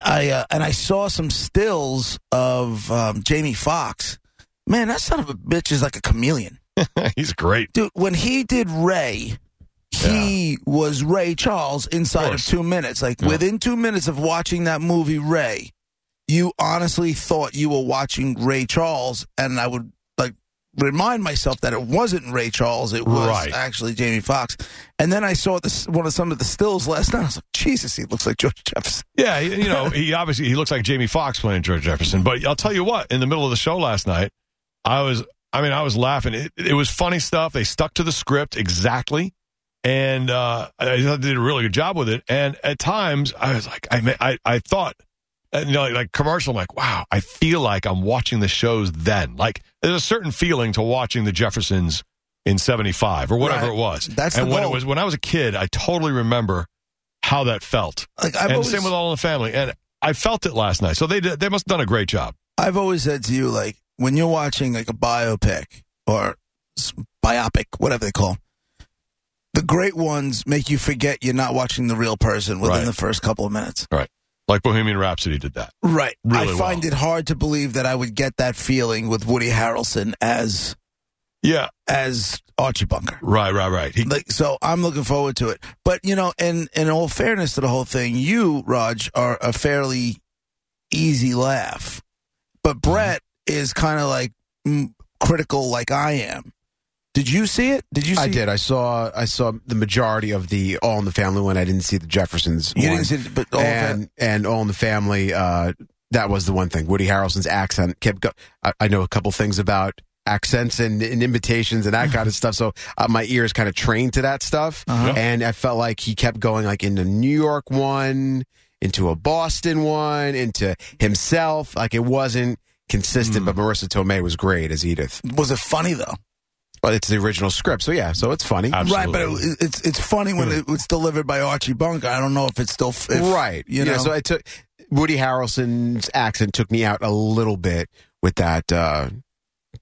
I uh, and I saw some stills of um, Jamie Fox. Man, that son of a bitch is like a chameleon, He's great. dude. When he did Ray, he was Ray Charles inside of course. two minutes. Like within two minutes of watching that movie Ray, you honestly thought you were watching Ray Charles, and I would like remind myself that it wasn't Ray Charles. It was Right. actually Jamie Fox. And then I saw this one of some of the stills last night. I was like, Jesus, he looks like George Jefferson. Yeah, he- you know, he obviously he looks like Jamie Foxx playing George Jefferson. But I'll tell you what, in the middle of the show last night, I was I mean, I was laughing. It, it was funny stuff. They stuck to the script exactly. And uh, I thought they did a really good job with it. And at times, I was like, I mean, I, I thought, uh, you know, like, like commercial, I'm like, wow, I feel like I'm watching the shows then. Like, there's a certain feeling to watching the Jeffersons in '75 or whatever Right. it was. That's and the when goal. it was when I was a kid, I totally remember how that felt Like I've and always, same with all in the family. And I felt it last night. So they did, they must have done a great job. I've always said to you, like when you're watching like a biopic or s- biopic, whatever they call, 'em, the great ones make you forget you're not watching the real person within Right. the first couple of minutes. Like Bohemian Rhapsody did that. Right. Really I find well. it hard to believe that I would get that feeling with Woody Harrelson as Yeah. as Archie Bunker. Right, right, right. He, Like so, I'm looking forward to it. But you know, in in all fairness to the whole thing, you Raj are a fairly easy laugh, but Mm-hmm. Brett is kind of like mm, critical, like I am. Did you see it? Did you? See I did. I saw. I saw the majority of the All in the Family one. I didn't see the Jeffersons. You one. didn't see it, but all of and that- and All in the Family. Uh, that was the one thing. Woody Harrelson's accent kept. Go- I, I know a couple things about accents and, and imitations and that kind of stuff. So uh, my ears kind of trained to that stuff, Uh-huh. and I felt like he kept going like into New York one, into a Boston one, into himself. Like it wasn't consistent. Hmm. But Marissa Tomei was great as Edith. was it funny though? But it's the original script, so yeah. So it's funny. absolutely. Right, but it, it's it's funny when Hmm. it, it's delivered by Archie Bunker. I don't know if it's still f- if, right. You know, Yeah, so I took Woody Harrelson's accent took me out a little bit with that, uh,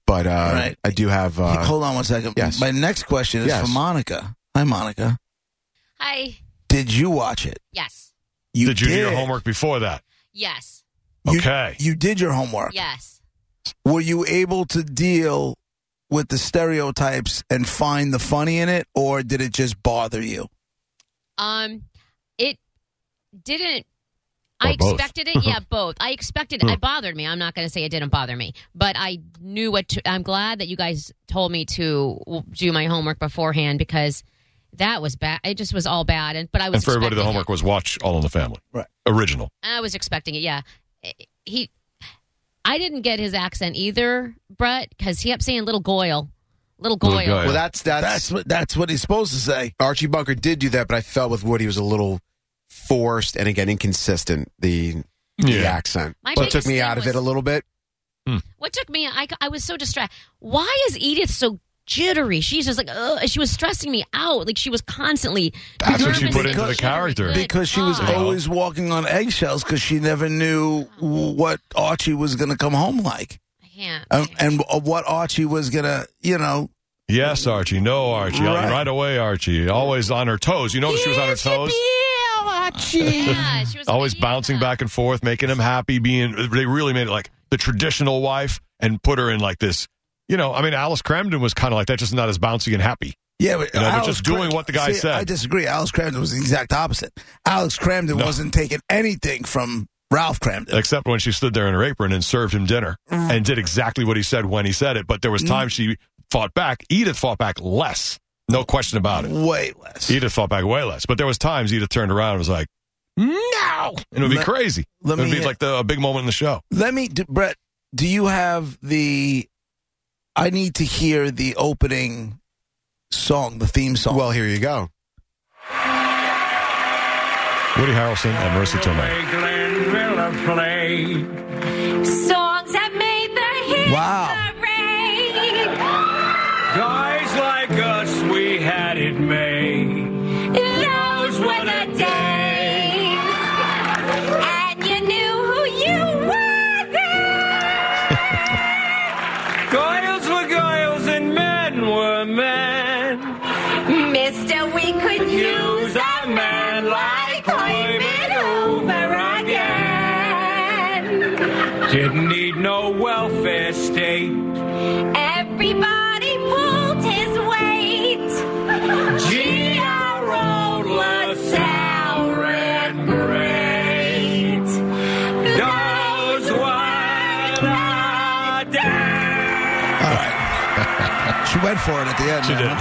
but uh, Right. I do have. Hey, Uh, hold on one second. yes. My next question is Yes. for Monica. Hi, Monica. Hi. Did you watch it? Yes. You did you do your homework before that? Yes. You- okay. You did your homework. Yes. were you able to deal with the stereotypes and find the funny in it or did it just bother you Um, it didn't. Or I both. Hmm. expected it. Yeah, both. I expected it. It bothered me. I'm not going to say it didn't bother me, but I knew what to. I'm glad that you guys told me to w- do my homework beforehand because that was bad. It just was all bad. And but I was and for everybody, the expecting homework It. was watch All in the Family. Right. Original. I was expecting it. Yeah, he. I didn't get his accent either, Brett, because he kept saying "little Goyle," "little Goyle." Little Goyle. well, that's that's, that's what that's what he's supposed to say Archie Bunker did do that, but I felt with Woody was a little forced and again inconsistent. The the accent, My so it took biggest me thing out of was- it a little bit. What took me, I, I was so distracted. Why is Edith so jittery? She's just like, ugh, she was stressing me out. Like she was constantly. That's what she nervous put and into the jittery. character. Good because she was God. Oh. always walking on eggshells because she never knew what archie was going to come home like I can't. Oh, um, and what archie was going to you know Yes, Archie. No, Archie. Right. Right. away, Archie. Always on her toes. You notice oh, she was on her toes. yeah, she was Always yeah. bouncing back and forth, making him happy. Being they really made it like the traditional wife and put her in like this. You know, I mean, Alice Cramden was kind of like that, just not as bouncy and happy. yeah, but You know, but Alex just doing what the guy See, said. I disagree. Alex Cramden was the exact opposite. Alex Cramden No. wasn't taking anything from Ralph Cramden. except when she stood there in her apron and served him dinner Mm. and did exactly what he said when he said it. But there was time she fought back. Edith fought back less, no question about it. Way less. Edith fought back way less. But there was times Edith turned around and was like, "No," and it would be Let- crazy. let it would me be hit- like the, a big moment in the show. Let me, do, Brett. Do you have the? I need to hear the opening song, the theme song. Well, here you go. Woody Harrelson and Marissa Tomei. Play Glenn Miller play. Songs that made the hit wow, parade. Guys like us, we had it made. Those were the days. And you knew who you were then. Guiles were guiles and men were men. Mister, we could use a man like Hoyman over again. Didn't need no welfare state. Everybody pulled his weight. G.R.O. LaSalle ran great. Those were the days. She went for it at the end. She man. did.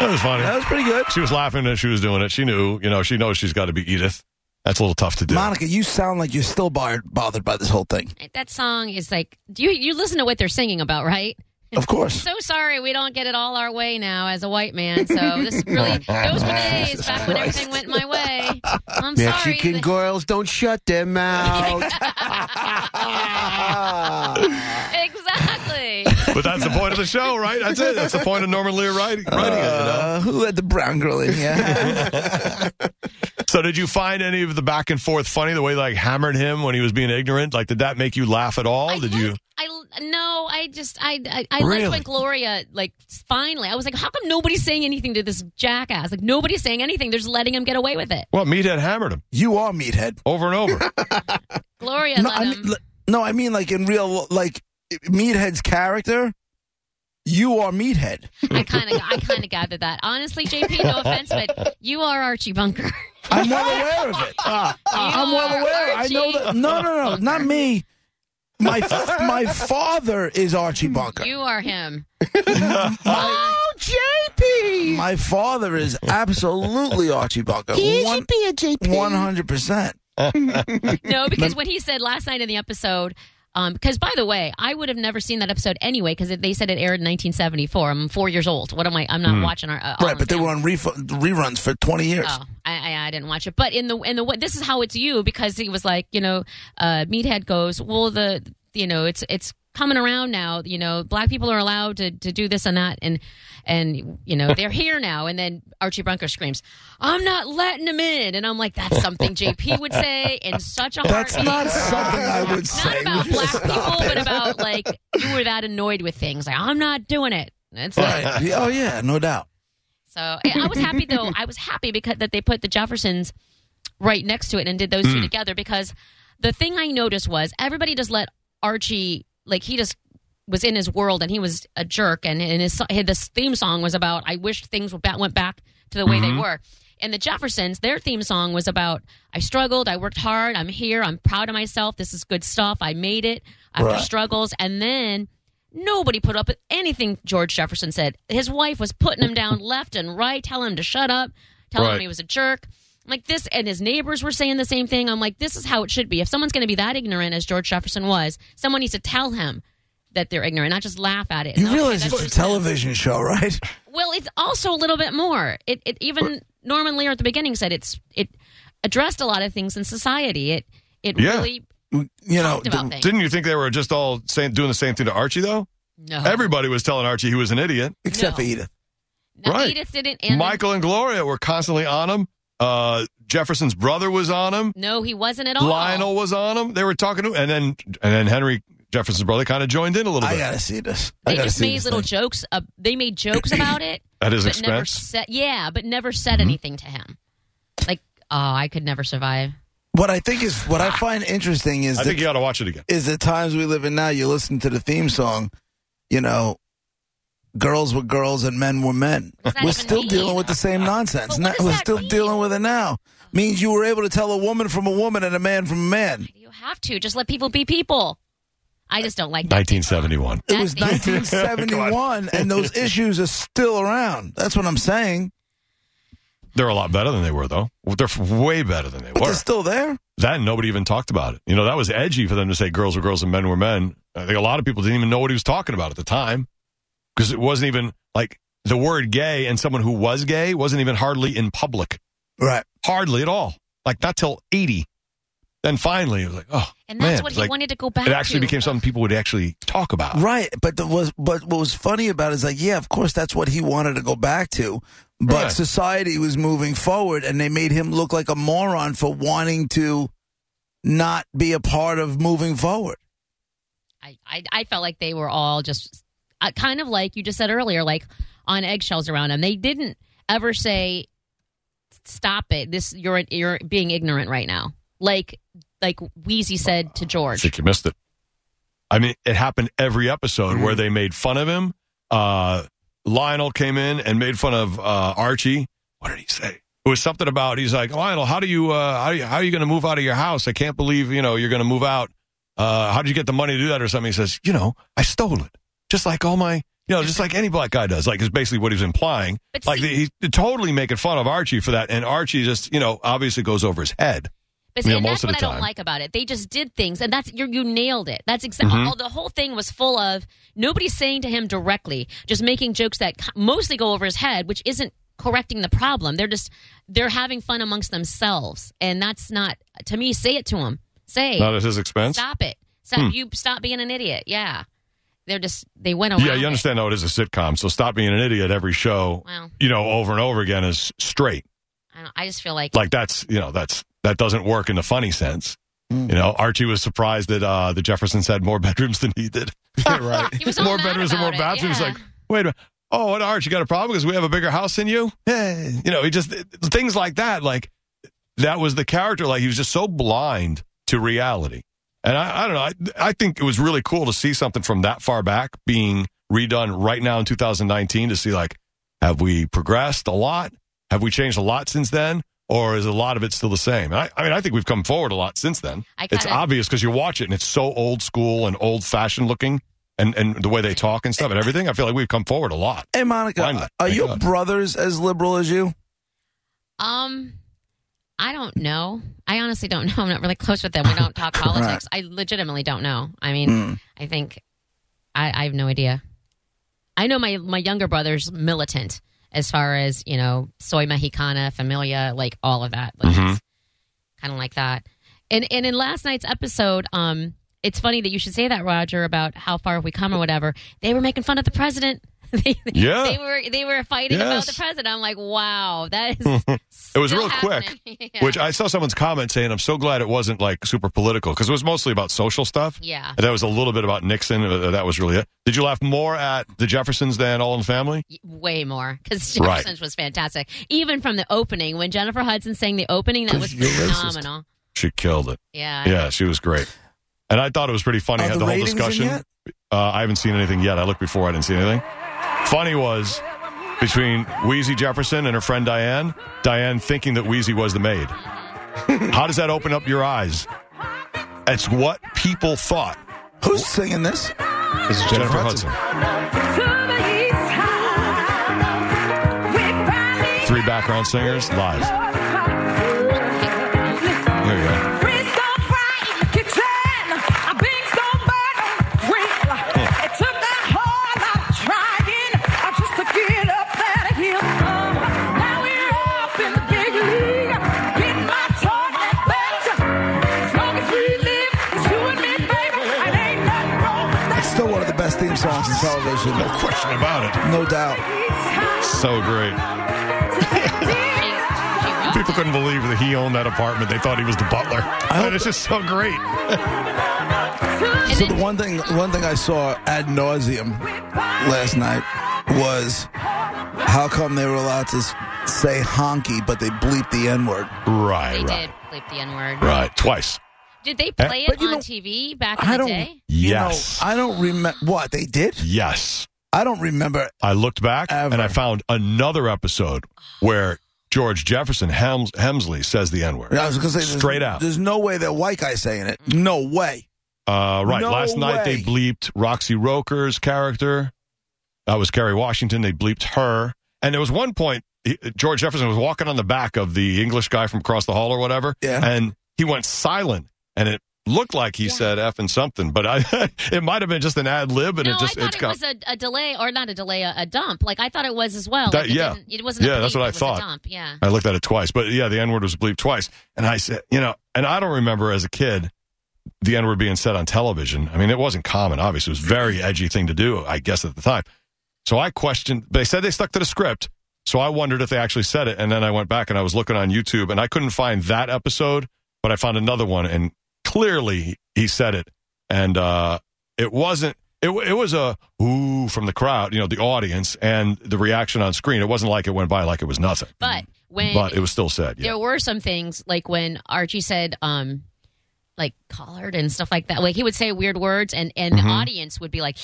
That was funny. That was pretty good. She was laughing as she was doing it. She knew, you know, she knows she's got to be Edith. That's a little tough to do. Monica, you sound like you're still bar- bothered by this whole thing. That song is like, do you you listen to what they're singing about, right? Of course. So sorry we don't get it all our way now as a white man. So this really those were the days back when everything went my way. I'm sorry. Mexican that- girls, don't shut them out. exactly. But that's the point of the show, right? That's it. That's the point of Norman Lear writing, writing it. You know? Uh, who let the brown girl in here? So, did you find any of the back and forth funny? The way they, like hammered him when he was being ignorant. Like, did that make you laugh at all? I did like- you? I l- no, I just I I, I Really? liked when Gloria like finally I was like, how come nobody's saying anything to this jackass? Like nobody's saying anything. They're just letting him get away with it. Well, Meathead hammered him you are meathead. over and over. Gloria no, let I him. mean, no, I mean like in real like meathead's character. You are meathead. I kind of I kind of gathered that. Honestly, JP, no offense, but you are Archie Bunker. I'm well aware of it. Uh, I'm well are aware. I know Archie that. No, no, no, not me. My my father is Archie Bunker. You are him. Uh, oh, JP. My father is absolutely Archie Bunker. One- One hundred percent. No, because what he said last night in the episode. Um, because by the way, I would have never seen that episode anyway. Because they said it aired in 1974. I'm four years old. What am I? I'm not watching our. Uh, all Hmm. Right, in but they Family. were on refund, reruns for twenty years. Oh, I, I, I didn't watch it. But in the in the what this is how it's you because he was like, you know, uh, Meathead goes, well, the you know, it's it's coming around now. You know, black people are allowed to, to do this and that, and and you know they're here now. And then Archie Bunker screams, "I'm not letting them in," and I'm like, that's something JP would say in such a That's heartbeat. not something I would Not say. about Would you black stop people, it? but about like you were that annoyed with things. Like I'm not doing it. That's it. Right. Yeah, Oh yeah, no doubt. So I I was happy though. I was happy because that they put the Jeffersons right next to it and did those two together because the thing I noticed was everybody just let Archie like he just was in his world and he was a jerk and, and his, so- his this theme song was about I wish things were back, went back to the way they were. And the Jeffersons, their theme song was about I struggled, I worked hard, I'm here, I'm proud of myself, this is good stuff, I made it after Right. struggles and then Nobody put up with anything George Jefferson said. His wife was putting him down left and right, telling him to shut up, telling Right. him he was a jerk. I'm like this, and his neighbors were saying the same thing. I'm like, this is how it should be. If someone's going to be that ignorant as George Jefferson was, someone needs to tell him that they're ignorant, not just laugh at it. You And, okay, realize that's it's a just- television show, right? Well, it's also a little bit more. It, it even Norman Lear at the beginning said it's it addressed a lot of things in society. It it Yeah. really You know, talked about the- things. Didn't you think they were just all saying, doing the same thing to Archie though? No, Everybody was telling Archie he was an idiot. except for No. Edith. No, right. Edith didn't. And then- Michael and Gloria were constantly on him. Uh, Jefferson's brother was on him. no, he wasn't at all. Lionel was on him. They were talking to him, and then and then Henry Jefferson's brother kind of joined in a little I bit gotta see this. I They gotta just see made this little thing. jokes. Of, they made jokes about it, at his but never expense. said. Yeah, but never Mm-hmm. said anything to him. Like, oh, I could never survive. What I think is what I find interesting is I the think you ought to watch it again. is the times we live in now. You listen to the theme song, you know, girls were girls and men were men. does that We're even still mean? dealing with the same nonsense. But what Now- does we're that still mean? dealing with it now. Means you were able to tell a woman from a woman and a man from a man. You have to just let people be people. I just don't like that. 1971. It was That's 1971, and those issues are still around. That's what I'm saying. They're a lot better than they were, though. They're f- way better than they But were. they're still there. Then nobody even talked about it. You know, that was edgy for them to say girls were girls and men were men. I think a lot of people didn't even know what he was talking about at the time because it wasn't even like the word gay and someone who was gay wasn't even hardly in public, Right. hardly at all. Like not till 80. Then finally, it was like, oh, And that's man, what it's he like- wanted to go back. It actually to. became something people would actually talk about. Right. But the, was but what was funny about it is like, yeah, of course that's what he wanted to go back to. But Right. society was moving forward and they made him look like a moron for wanting to not be a part of moving forward. I, I, I felt like they were all just uh, kind of like you just said earlier, like on eggshells around them. They didn't ever say, "Stop it! This you're you're being ignorant right now." Like like Wheezy said to I George. think you missed it. I mean, it happened every episode Mm-hmm. where they made fun of him. Uh, Lionel came in and made fun of uh, Archie. What did he say? It was something about he's like Lionel. How do you uh, how, do you- how are you going to move out of your house? I can't believe you know you're going to move out. Uh, how did you get the money to do that or something? He says, you know, I stole it, just like all my you know, just like any black guy does. Like is basically what he was implying. But like see- he's totally making fun of Archie for that, and Archie just you know obviously goes over his head. You But see, know, and most that's of what the I don't time. like about it. They just did things, and that's you. You nailed it. That's exactly. Mm-hmm. The whole thing was full of nobody saying to him directly, just making jokes that co- mostly go over his head, which isn't correcting the problem. They're just they're having fun amongst themselves, and that's not to me. Say it to him. Say Not at his expense. stop it. Stop Hmm. you. Stop being an idiot. Yeah, they're just they went around. Yeah, it. you understand how it is a sitcom. So stop being an idiot every show. Well, You know, over and over again is straight. I, don't, I just feel like, Like that's you know that's that doesn't work in the funny sense. You know, Archie was surprised that uh, the Jeffersons had more bedrooms than he did. right. he was all more mad bedrooms and more about it, bathrooms. yeah. Like, wait a minute. Oh, what Archie got a problem because we have a bigger house than you. Eh, You know, he just things like that. Like that was the character. Like he was just so blind to reality. And I, I don't know. I, I think it was really cool to see something from that far back being redone right now in 2019 to see like, have we progressed a lot? Have we changed a lot since then? Or is a lot of it still the same? And I, I mean, I think we've come forward a lot since then. I it's kinda- obvious because you watch it and it's so old school and old fashioned looking and, and the way they talk and stuff and everything. I feel like we've come forward a lot. Hey, Monica, Why not? are My your God. brothers as liberal as you? Um, I don't know. I honestly don't know. I'm not really close with them. We don't talk politics. I legitimately don't know. I mean, Hmm. I think I, I have no idea. I know my my younger brother's militant as far as you know, soy mexicana, familia, like all of that, like Mm-hmm. kind of like that. And and in last night's episode, um, it's funny that you should say that, Roger, about how far we come or whatever. They were making fun of the president. they, Yeah. they were they were fighting about Yes. the president. I'm like, wow, that is It was Still real happening. quick, Yeah. which I saw someone's comment saying, I'm so glad it wasn't like super political because it was mostly about social stuff. Yeah. That was a little bit about Nixon. uh, That was really it. Did you laugh more at the Jeffersons than All in the Family? way more because Right. Jefferson's was fantastic. Even from the opening, when Jennifer Hudson sang the opening, that was phenomenal. She killed it. Yeah, Yeah, she was great. And I thought it was pretty funny. Are Had the the whole ratings in discussion. yet? Uh, I haven't seen anything yet. I looked before. I didn't see anything. Funny was between Wheezy Jefferson and her friend Diane. Diane thinking that Wheezy was the maid. How does that open up your eyes? It's what people thought. Who's singing this? This is Jennifer, Jennifer Hudson. Hudson. Three background singers live. There you go. It's still one of the best theme songs in television, No question about it. no doubt. So great. People couldn't believe that he owned that apartment. They thought he was the butler. And it's just so great. And So then- the one thing, one thing I saw ad nauseum last night was how come they were allowed to s- say honky, but they bleeped the N word. Right, they did right, bleep the N word. right. Eh, Twice. Did they play it But you on know, TV back in I the don't. day? Yes. You know, I don't remember what they did. yes. I don't remember. I looked back Ever. and I found another episode where George Jefferson Hems- Hemsley says the N word. I was gonna say there's- Straight out. There's no way that white guy saying it. No way. Uh, right. No Last night way. they bleeped Roxy Roker's character. That was Kerry Washington. They bleeped her. And there was one point he- George Jefferson was walking on the back of the English guy from across the hall or whatever. Yeah. And he went silent. And it looked like he said F and something. But I, it might have been just an ad lib. And no, it just, I thought it's it got. was a, a delay, or not a delay, a, a dump. Like I thought it was as well. That- Like, it yeah. didn't- it wasn't. a Yeah, that's bleep, what I it was a thought. dump, Yeah, I looked at it twice, but yeah, the N word was bleeped twice. And I said, you know, and I don't remember as a kid the N word being said on television. I mean, it wasn't common, obviously. It was a very edgy thing to do, I guess, at the time. So I questioned, they said they stuck to the script. So I wondered if they actually said it. And then I went back and I was looking on YouTube and I couldn't find that episode, but I found another one and clearly he said it. And uh, it wasn't. It, w- it was a ooh from the crowd, you know, the audience and the reaction on screen. It wasn't like it went by like it was nothing but when but it was still said. there Yeah. were some things like when Archie said, um, like collared and stuff like that. Like he would say weird words, and and Mm-hmm. the audience would be like,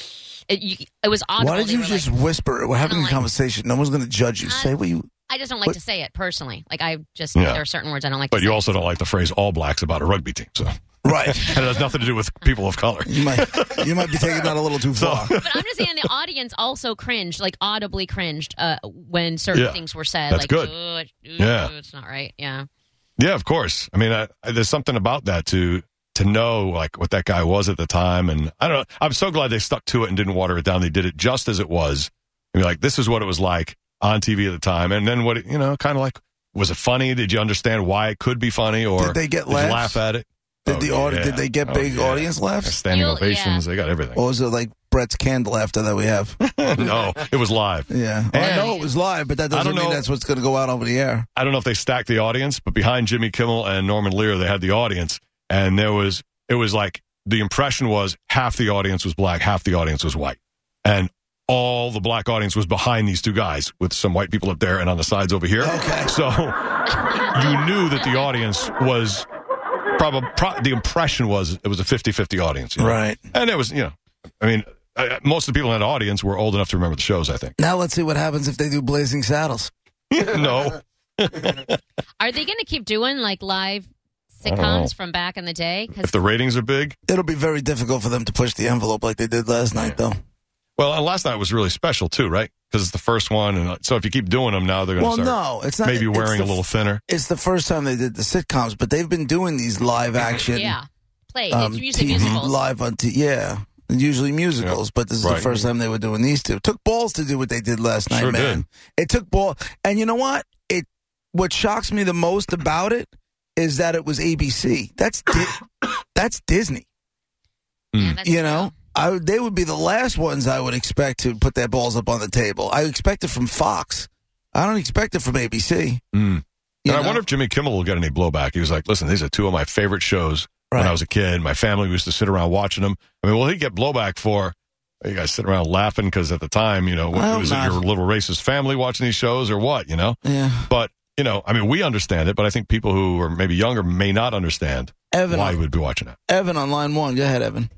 it, you, it was odd. Why did you just whisper? We're having a like- conversation. No one's going to judge you. I- Say what you. I just don't like What- to say it personally. Like I just Yeah. there are certain words I don't like. But to you say. also don't like the phrase "all blacks" about a rugby team, so Right. and it has nothing to do with people of color. you might. You might be taking that a little too far. But I'm just saying the audience also cringed, like audibly cringed, uh, when certain Yeah. things were said. That's like, good. "Ooh, it- ooh, Yeah. it's not right. Yeah, Yeah, of course. I mean, I, I- there's something about that to to know like what that guy was at the time, and I don't know. I'm so glad they stuck to it and didn't water it down. They did it just as it was. I mean, like this is what it was like on TV at the time, and then what it- you know, kind of like, was it funny? Did you understand why it could be funny, or Did they get you laughs? laugh at it? Did Oh, the audi- yeah. Did they get Oh, big yeah. audience laughs? Standing You'll- ovations. They got everything. Or was it like Brett's candle after that we have? no, it was live. Yeah. I And- know it was live, but that I doesn't don't mean know. that's what's going to go out over the air. I don't know if they stacked the audience, but behind Jimmy Kimmel and Norman Lear, they had the audience, and there was it was like the impression was half the audience was black, half the audience was white, and all the black audience was behind these two guys with some white people up there and on the sides over here. Okay. So you knew that the audience was probably pro- the impression was it was a 50-50 audience, you know? Right. And it was you know, I mean, I, I- most of the people in that audience were old enough to remember the shows. I think Now let's see what happens if they do Blazing Saddles. no, are they going to keep doing like live don't know. sitcoms from back in the day? if Because the ratings are big. It'll be very difficult for them to push the envelope like they did last night, though. Well, and last night was really special too, right? Because it's the first one, and uh, so if you keep doing them now, they're going Well, to start no, it's not. maybe it's wearing the a little thinner. It's the first time they did the sitcoms, but they've been doing these live action. yeah, play um, it's usually TV musicals. live on t- yeah. Usually musicals, but this is the Right. first time they were doing these two. It took balls to do what they did last night, Sure man. It took ball, and you know what? It what shocks me the most about it is that it was ABC. That's Di- that's Disney. Yeah, that's you true. know, I would- they would be the last ones I would expect to put their balls up on the table. I expect it from Fox. I don't expect it from ABC. Mm. you And I know? wonder if Jimmy Kimmel will get any blowback. He was like, "Listen, these are two of my favorite shows when Right. I was a kid. My family used to sit around watching them. I mean, will he get blowback for you guys sitting around laughing because at the time, you know, I what, hope was it not. your little racist family watching these shows or what? You know, yeah, but you know, I mean, we understand it, but I think people who are maybe younger may not understand Evan, why he would be watching it. Evan on line one. Go ahead, Evan.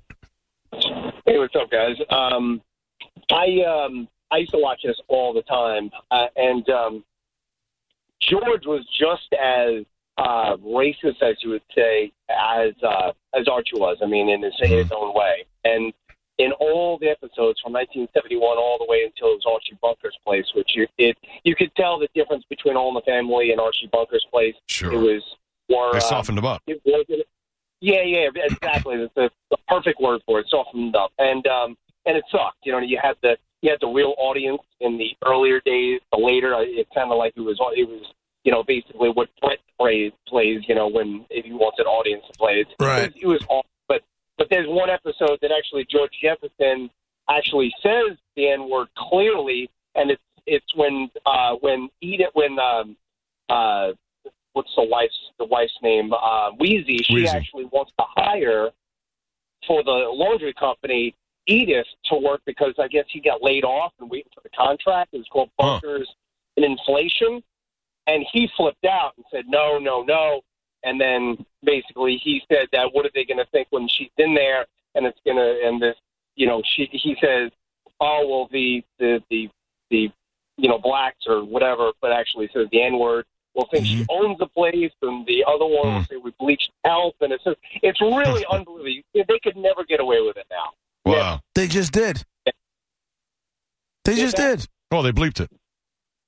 Hey, what's up, guys? Um, I um, I used to watch this all the time, uh, and um, George was just as uh, racist as you would say as uh, as Archie was. I mean, in his, in his own way, and in all the episodes from 1971 all the way until it was Archie Bunker's place, which you it you could tell the difference between All in the Family and Archie Bunker's place. It Sure, was more they uh, softened him up. it wasn't. Yeah, yeah, exactly. That's the, the perfect word for it. Softened up, and um, and it sucked. You know, you had the you had the real audience in the earlier days. The later, uh, it sounded like it was it was you know basically what Brett plays plays. You know, when if you want an audience to play it, Right. It, was awful, but but there's one episode that actually George Jefferson actually says the N word clearly, and it's it's when uh, when Edith when um, uh, what's the wife's the wife's name? Uh, Wheezy. She Wheezy. actually wants to hire for the laundry company Edith to work because I guess he got laid off and waiting for the contract. It was called Huh. Bunkers and Inflation, and he flipped out and said no, no, no. And then basically he said that what are they going to think when she's in there? And it's gonna and this you know she he says oh well the the the the you know blacks or whatever, but actually says the N word. Will think she Mm-hmm. owns the place, and the other one Mm. will say we bleached health, and it's just, it's really unbelievable. They could never get away with it now. Wow. They just did. They Yeah, just that- did. Well, they bleeped it.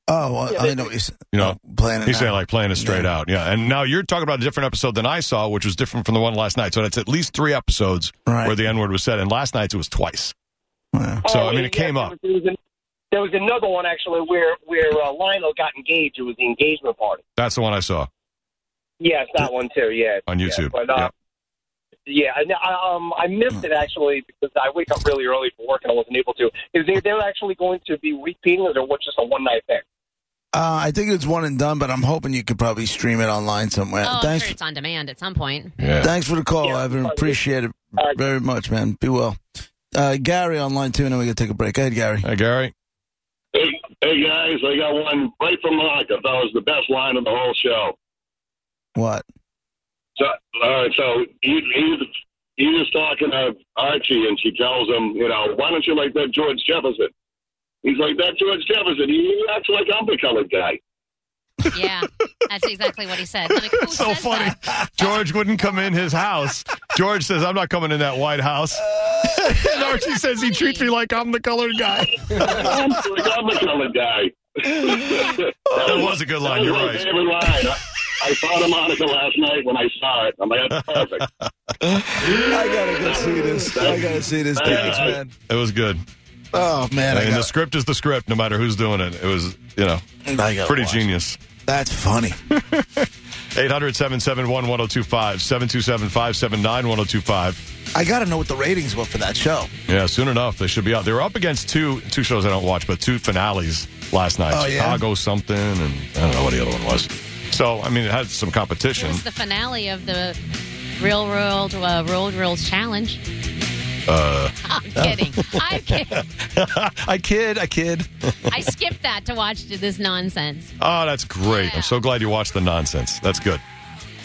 Oh, well, Yeah, I they- know. He's, You know, playing it. He's now. saying like playing it straight out. Yeah. And now you're talking about a different episode than I saw, which was different from the one last night. So that's at least three episodes Right. where the N word was said. And last night's it was twice. Yeah. So, Oh, I mean, yeah, it came yeah, up. There was, an, there was another one actually where where uh, Lionel got engaged. It was the engagement party. That's the one I saw Yes, that one too. Yeah, on YouTube. Yeah, but, uh, yeah. and I, um, I missed it actually because I wake up really early for work and I wasn't able to. Is they they're actually going to be repeating it or what? Just a one night thing? Uh, I think it's one and done, but I'm hoping you could probably stream it online somewhere. Oh, I'm Uh, thanks, sure it's on demand at some point. yeah. Yeah. thanks for the call, Yeah, Evan. probably. Appreciate it All right. very much, man. Be well. Uh, Gary on line two, and then we gotta take a break. Go ahead, Gary. Hey, Gary. Hey, hey guys, I got one right from Mark. I thought it was the best line of the whole show. What? So, all right, so he, he, he was talking to Archie, and she tells him, you know, why don't you like that George Jefferson? He's like, that George Jefferson, he acts like I'm the colored guy. Yeah, that's exactly what he said. I'm like, who so says funny. that? George wouldn't come in his house. George says, I'm not coming in that White House. and Archie says he funny. treats me like I'm the colored guy. I'm like, I'm the colored guy. that That was a good line. was You're my right. favorite line. I, I saw the Monica last night when I saw it. I'm like, that's perfect. I gotta go see this. I gotta see this. Thanks, man. It was good. Oh man, I and the got script is the script, no matter who's doing it. It was, you know, pretty genius. That's funny. 800 771 1025, 727 579 1025. I gotta know what the ratings were for that show. Yeah, soon enough, they should be out. They were up against two two shows I don't watch, but two finales last night Oh, yeah? Chicago something, and I don't know what the other one was. So, I mean, it had some It competition. was the finale of the Real World uh, Road Rules Challenge. Uh, I'm kidding. I'm kidding. I kid, I kid. I skipped that to watch this nonsense. Ah, Oh, that's great. I'm so glad you watched the nonsense. That's good.